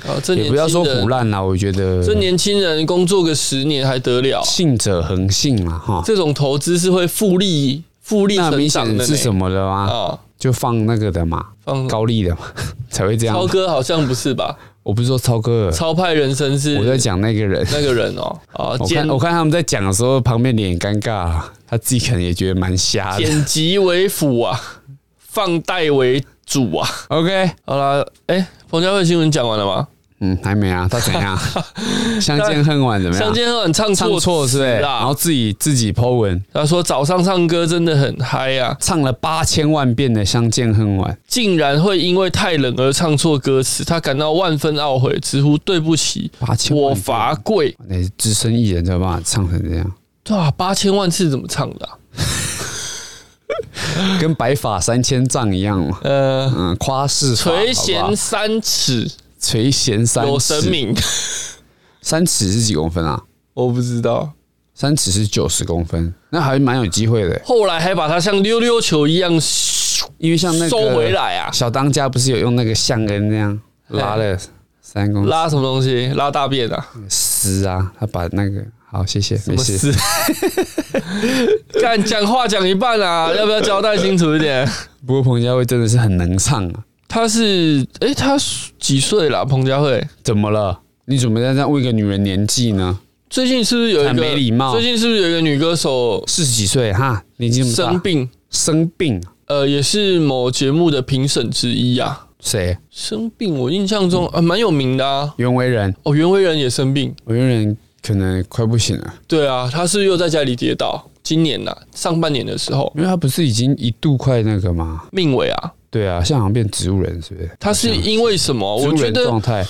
啊，这
也
年
不要
轻
说
人
胡乱啦，我觉得
这年轻人工作个十年还得了？
信者恒信啦，哈，
这种投资是会复利复利
那
成
明
长的
显
呢
是什么了吗？
啊？
就放那个的嘛，
放
高利的嘛， [laughs] 才会这样
超。哥好像不是吧？
[laughs] 我不是说超哥，
超派人生
我在
是
讲那个人。
那个人哦，啊，
我
剪
看我看他们在讲的时候，旁边脸尴尬啊，他自己可能也觉得蛮瞎的。
[laughs] 剪辑为
[laughs]
辅啊，放贷为主啊。
OK，
好啦，哎，彭佳慧新闻讲完了吗？
嗯，还没啊，他怎样？啊
[laughs]
相见恨晚怎么样？
像今天很唱
唱错是不是？
词
然后
啦。
自己自己 Po 文，
他说早上唱歌真的很嗨啊，
唱了八千万遍的《相见恨晚》，
竟然会因为太冷而唱错歌词，他感到万分懊悔，直呼对不起，
八千
我
万
罚跪。
那、是资深艺人才有办法唱成这样，
对啊，八千万次怎么唱的啊、
跟白发三千丈一样嘛。
呃，
嗯，夸饰法好不
垂涎
好
三尺
垂涎三尺， [laughs]
有神明，
三尺是几公分啊？
我不知道。
三尺是九十公分，那还蛮有机会的，
后来还把它像溜溜球一样咻
因为像那个
收回来啊，
小当家不是有用那个橡恩那样拉了三公
拉什么东西？拉大便啊？
丝啊，他把那个好，谢谢，
什
没
么
事。
事？ [laughs] 干讲话讲一半
[laughs]
啊，要不要交代清楚一点？
不过彭佳慧真的是很能唱啊，
他是诶，他几岁啦？彭佳慧
怎么了？你怎么在这样问一个女人年纪呢？
最近是不是有一个
很没礼貌
最近是不是有一个女歌手
四十几岁哈，年纪这么大，
生病？
生病
呃，也是某节目的评审之一啊。
谁？
生病，我印象中啊蛮、有名的啊。
袁惟仁，
哦，袁惟仁也生病，
袁惟仁可能快不行了，
对啊，他是又在家里跌倒。今年呐、上半年的时候，
因为他不是已经一度快那个吗？
命伟啊，
对啊，现在好像变植物人是不是？
他是因为什么？
植
我
物
觉
人
得
状态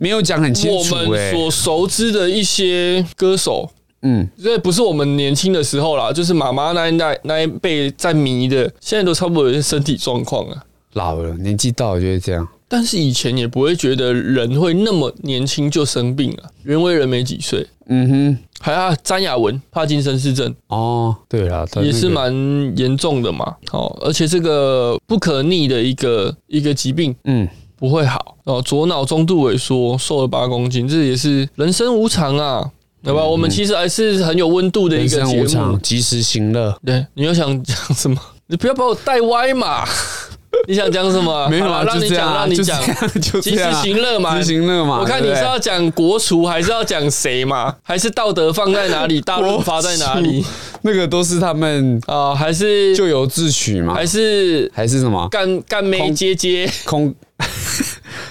没有讲很清
我
楚哎、
们所熟知的一些歌手，
嗯，
这不是我们年轻的时候啦，就是妈妈那一代那一辈在迷的，现在都差不多有些身体状况啊。
老了，年纪到了就会这样。
但是以前也不会觉得人会那么年轻就生病啊。袁惟仁没几岁，
嗯哼，
还有詹雅雯帕金森氏症
哦，对了，他
也是
那个
蛮严重的嘛。哦，而且这个不可逆的一个一个疾病，
嗯，
不会好哦，左脑中度萎缩，瘦了八公斤，这也是人生无常啊，对吧？我们其实还是很有温度的一
嗯人
个
生
节
无
目
常，。及时行乐。
对，你又想讲什么？ [laughs] 你不要把我带歪嘛！ [laughs] 你想讲什么？
[laughs] 没有
好
啊，
啦
就
让你
这样
讲，
啊，
让你
就这
讲
样，， [laughs] 就
[laughs] 及
这
时
样啊，
行乐嘛
及时。行乐嘛。
我看你
对不
是
对
要讲国厨，还是要讲谁嘛？还是道德放在哪
[laughs]
里，大润发在哪里
那个都是他们
啊？还是
咎由自取嘛， [laughs]
还是
还是什么 [laughs]
干干妹
空
接接
空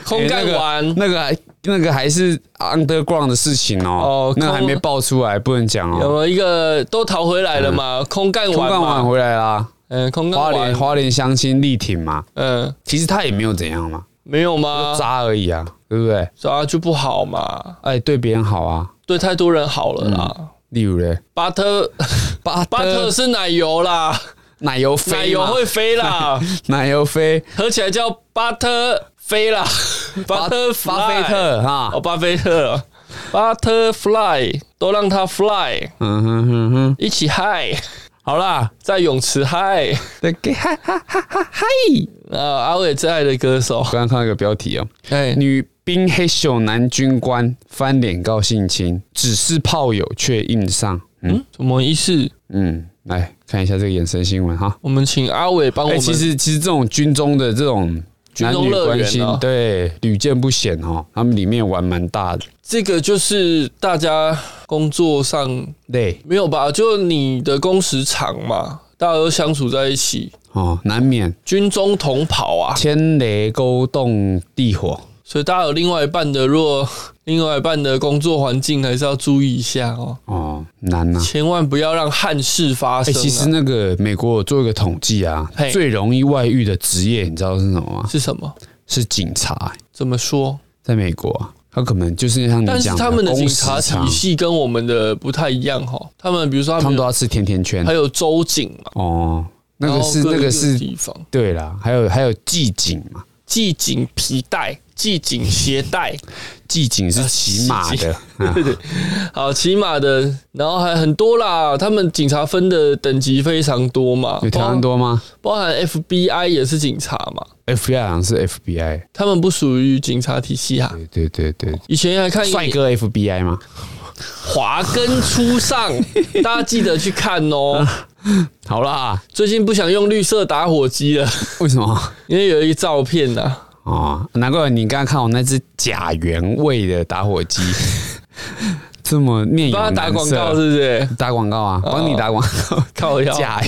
空
哎那
干
个
完，
哎那个还那个还是 underground 的事情哦
哦，
那个还
空
没爆出来，不能讲
有
哦。嗯
没有一个都逃回来了嘛？空干
空
完
干完
嘛，
回来啦，
嗯，空干
花莲
完，
花莲相亲力挺嘛，
嗯，
其实他也没有怎样嘛，
没有吗？
渣而已啊，对不对？
渣就不好嘛，
哎，对别人好啊，
对太多人好了啦。
例如嘞，
巴
[laughs]
特
巴
巴特是奶油啦，
奶油飞嘛，
奶油会飞啦，
奶油飞，
合起来叫巴特飞啦，巴特
巴菲特哈
哦，，巴菲特，butterfly 都让它 fly，
嗯哼哼哼，
一起嗨，好啦，在泳池嗨。
对，给哈哈哈哈嗨！
呃，阿伟最爱的歌手
我，刚刚看到一个标题哦，
哎
女兵黑手男军官翻脸告性侵，只是炮友却硬上，嗯
什么意思？
嗯，来看一下这个衍生新闻哈。
我们请阿伟哦帮我
哎、
们。
其实其实这种军中的这种
军
男
中
女
乐园
关系，
哦
对屡见不鲜哦。他们里面玩蛮大的，
这个就是大家工作上
对
没有吧？就你的工时长嘛，大家都相处在一起，
哦，难免
军中同袍啊，
天雷勾动地火。
所以大家有另外一半的，若 [laughs] 另外一半的工作环境还是要注意一下哦，
哦，难呐、
千万不要让憾事发
哎、
生、啊
其实那个美国我做一个统计啊
嘿，
最容易外遇的职业，你知道是什么吗？
是什么？
是警察、哎
怎么说？
在美国啊，他可能就是像
但
你
是
讲，
他们的警察体
工时长，
系跟我们的不太一样哈，他们比如说
他
他
们
们
都要吃甜甜圈
还。有州警嘛，
哦，那个是
然后各
那个是
地方
对啦，还有还有季警嘛，
系紧皮带、系紧鞋带，
季警是骑马的，啊
好骑马的，然后还很多啦。他们警察分的等级非常多嘛，
有台湾
包
多吗
包含 FBI 也是警察嘛，
？FBI 好像是 FBI，
他们不属于警察体系啊。
对对对对，
以前还看一个
帅哥 FBI 吗？
华根初
[laughs]
上，大家记得去看哦。
啊好啦，
最近不想用绿色打火机了， [laughs]
为什么？
因为有一个照片呐、啊。
哦，难怪你刚刚看我那只假原味的打火
[laughs]
机，这么面有
帮他打
难
广
色
告是不哦是？
打广告啊，帮你打广
[laughs]
告，
靠腰
假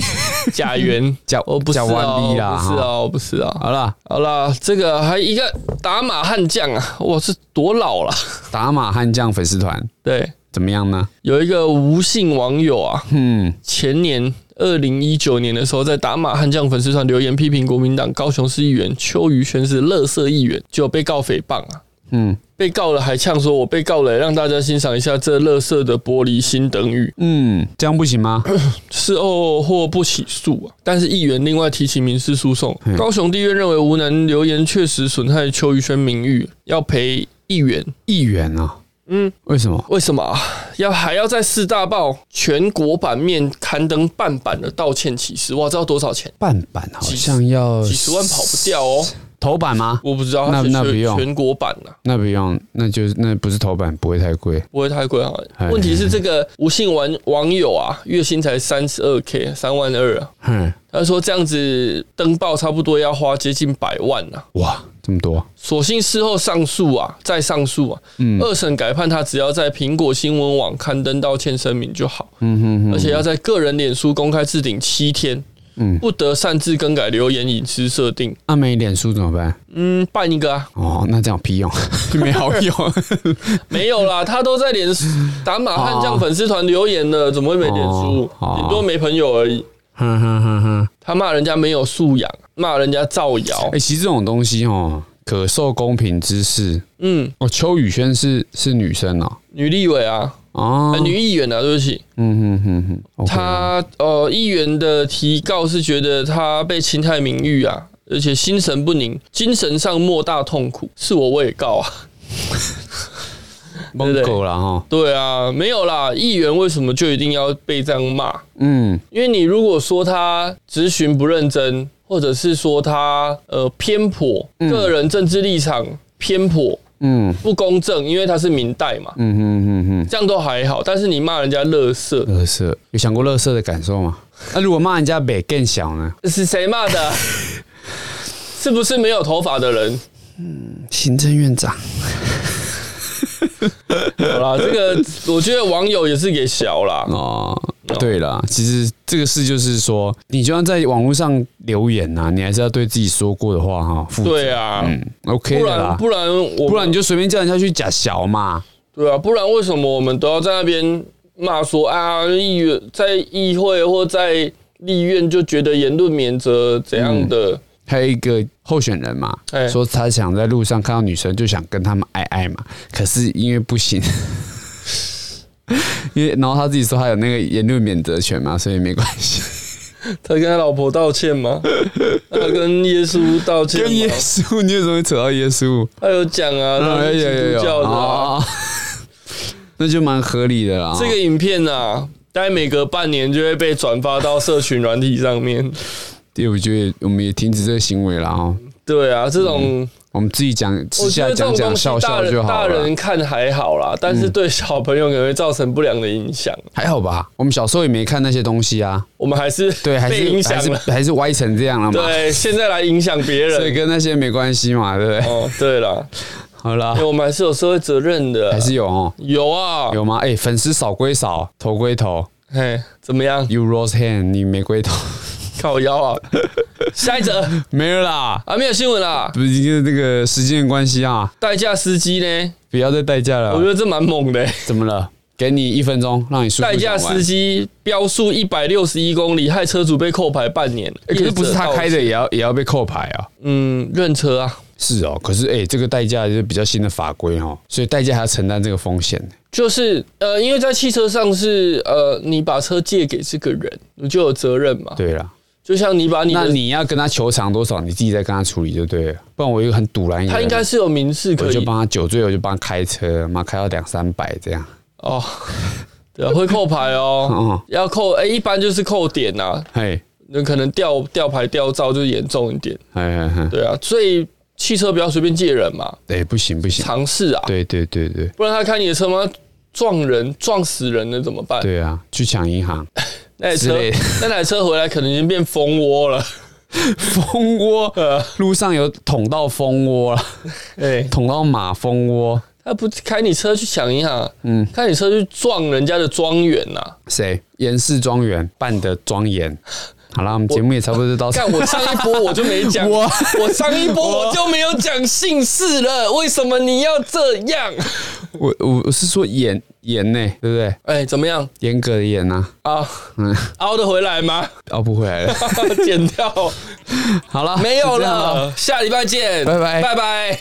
假元，
假
我不是
假弯
[laughs] 哦，
逼啦，
我不是
哈，
哦，我不是哦。
好啦，
好啦，这个还一个打马悍将啊，哇，这多老了。
打马悍将粉丝团
对，
怎么样呢？
有一个吴姓网友啊，
嗯，
前年二零一九年的时候，在打马悍将粉丝团留言批评国民党高雄市议员邱于轩是垃圾议员，就被告诽谤啊。
嗯
被告了还呛说：“我被告了，让大家欣赏一下这垃圾的玻璃心等语。”
嗯，这样不行
[laughs]
吗？
事后或不起诉啊，但是议员另外提起民事诉讼。高雄地院认为吴楠留言确实损害邱宇轩名誉，要赔议员。
议员啊，
嗯，
为什么？
为什么啊？要还要在四大报全国版面刊登半版的道歉启事？哇，知道多少钱？
半版好像要
几十万跑不掉哦！
头版吗？
我不知道，
呃那
它写
那不
全
用
全国版啊，
那不用，那就是那不是头版，不会太贵。
不会太贵好
哎
问题是这个吴姓网网友啊，月薪才三十二 k，三万二啊。
哼，
他说这样子登报差不多要花接近百万啊。
哇，这么多，
所幸事后上诉啊，再上诉啊，
嗯
二审改判他只要在苹果新闻网刊登道歉声明就好，
嗯哼哼，
而且要在个人脸书公开置顶七天，
嗯
不得擅自更改留言隐私设定，
那啊没脸书怎么办？
嗯，办一个啊，
哦，那这样有屁用， [laughs] 没好 [laughs] 用。
没
[laughs]
有啦，他都在脸书打马悍将粉丝团留言了，怎么会没脸书
哦？哦
顶多没朋友而已。
哼哼哼哼，
他骂人家没有素养，骂人家造谣
哎、，其实这种东西哦，可受公平之事。
嗯，
哦，邱宇轩是是女生哦，
女立委啊，
哦，
呃女议员啊，对不起，
嗯哼哼哼，OK，
他呃，议员的提告是觉得他被侵害名誉啊，而且心神不宁，精神上莫大痛苦，是我我也告啊。
蒙狗了哈，
对啊，没有啦，议员为什么就一定要被这样骂？
嗯，
因为你如果说他咨询不认真，或者是说他呃偏颇，个人政治立场偏颇
嗯
不公正，因为他是明代嘛，
嗯哼哼哼，
这样都还好。但是你骂人家乐色，
乐色有想过乐色的感受吗？那、啊如果骂人家北更小呢？
是谁骂
[laughs]
的？啊是不是没有头发的人？
行政院长，
好啦，这个我觉得网友也是给小啦，
[laughs] 哦，对啦，其实这个事就是说，你就算在网络上留言呐、你还是要对自己说过的话哈负责。
对啊，
OK
不
的
然
啦，
不然我
不然你就随便叫人家去假小嘛。
对啊，不然为什么我们都要在那边骂说啊，议员在议会或在立院就觉得言论免责怎样的？
还有一个候选人嘛，
哎
说他想在路上看到女生就想跟他们爱爱嘛，可是因为不行， [laughs] 因为然后他自己说他有那个言论免责权嘛，所以没关
[laughs]
系，
他跟他老婆道歉
[laughs]
吗？他跟耶稣道歉
跟耶
吗？
稣，你为什么会扯到耶
[laughs]
稣？哎
他有讲啊，他是基督教的、啊。
哦 [laughs] 那就蛮合理的啦。
这个影片啊，大概每隔半年就会被转发到社群软体
[laughs]
上面。
对，我觉得我们也停止这个行为了哦。
对啊，这种、
我们自己讲，嗯私
我觉
下
得这
讲
种
讲
东西
笑
大
笑就
人
好
大
了嗯
人，看还好啦，但是对小朋友可能会造成不良的影响。
还好吧？我们小时候也没看那些东西啊，
我们还是
对，还
被影
是还
响
是
了。
还是歪成这样了嘛，
[laughs] 对，现在来影响别
所以
人。
跟那些没关系嘛，对不对？
哦，对了，
好啦
因为，我们还是有社会责任的，
还是有哦，
有啊。
有吗？哎，粉丝少归少，头归头
嘿，怎么样？
，You rose hand，你玫瑰头， [laughs]
靠腰啊！ [laughs] 下一则
没了啦，
啊，没有新闻啦。
不是因为这个时间的关系啊，
代驾司机呢？
不要再代驾
我觉
了。
得这蛮猛的、
怎么了？给你一分钟，让你舒服
代驾
讲完
司机飙速一百六十一公里，害车主被扣牌半年。
欸可是不是他开
业者道歉？
的也要也要被扣牌啊？
嗯，认车啊，
是哦，可是哎、欸这个代驾就是比较新的法规哦，所以代驾还要承担这个风险。
就是呃，因为在汽车上是呃，你把车借给这个人，你就有责任嘛。
对啦，
就像你把你
那
的，
你要跟他求偿多少，你自己再跟他处理就对了。不然我一个很堵然一个人，
他应该是有民事
我
可
就
以
帮他酒醉，我就帮他开车，妈开到两三百这样。
哦， [laughs] 对啊，会扣
[laughs]
牌哦，
嗯，
要扣哎、一般就是扣点呐、啊，
嘿，
那可能吊吊牌吊照就严重一点。
哎哎
对啊，所以汽车不要随便借人嘛，
哎，不行不行，
尝试啊，
对对对对
不然他开你的车吗？撞人撞死人了怎么办？
对啊，去抢银
[laughs]
行，
那台
之
车
类的
那台车回来可能已经变蜂窝
[laughs]
了。
蜂窝，
[laughs] 呃，
路上有捅到蜂窝了，
哎、
[laughs] 捅到马蜂窝，
他不开你车去抢银行，
嗯
嗯，开你车去撞人家的庄园啊呐。
谁？严氏庄园办的庄严。好啦，我们节目也差不多就到此。
干我上一波我就没讲，
[laughs] 我
我我上一波我就没有讲姓氏了，为什么你要这样？
我我我是说严严呢，对不对？
哎、怎么样
严格的严呐、啊，
啊？
嗯，
凹得回来吗？ [laughs]
熬不回来了。
剪掉
[laughs] 好了，
没有
就这样，
了，下礼拜见，
拜拜
拜拜。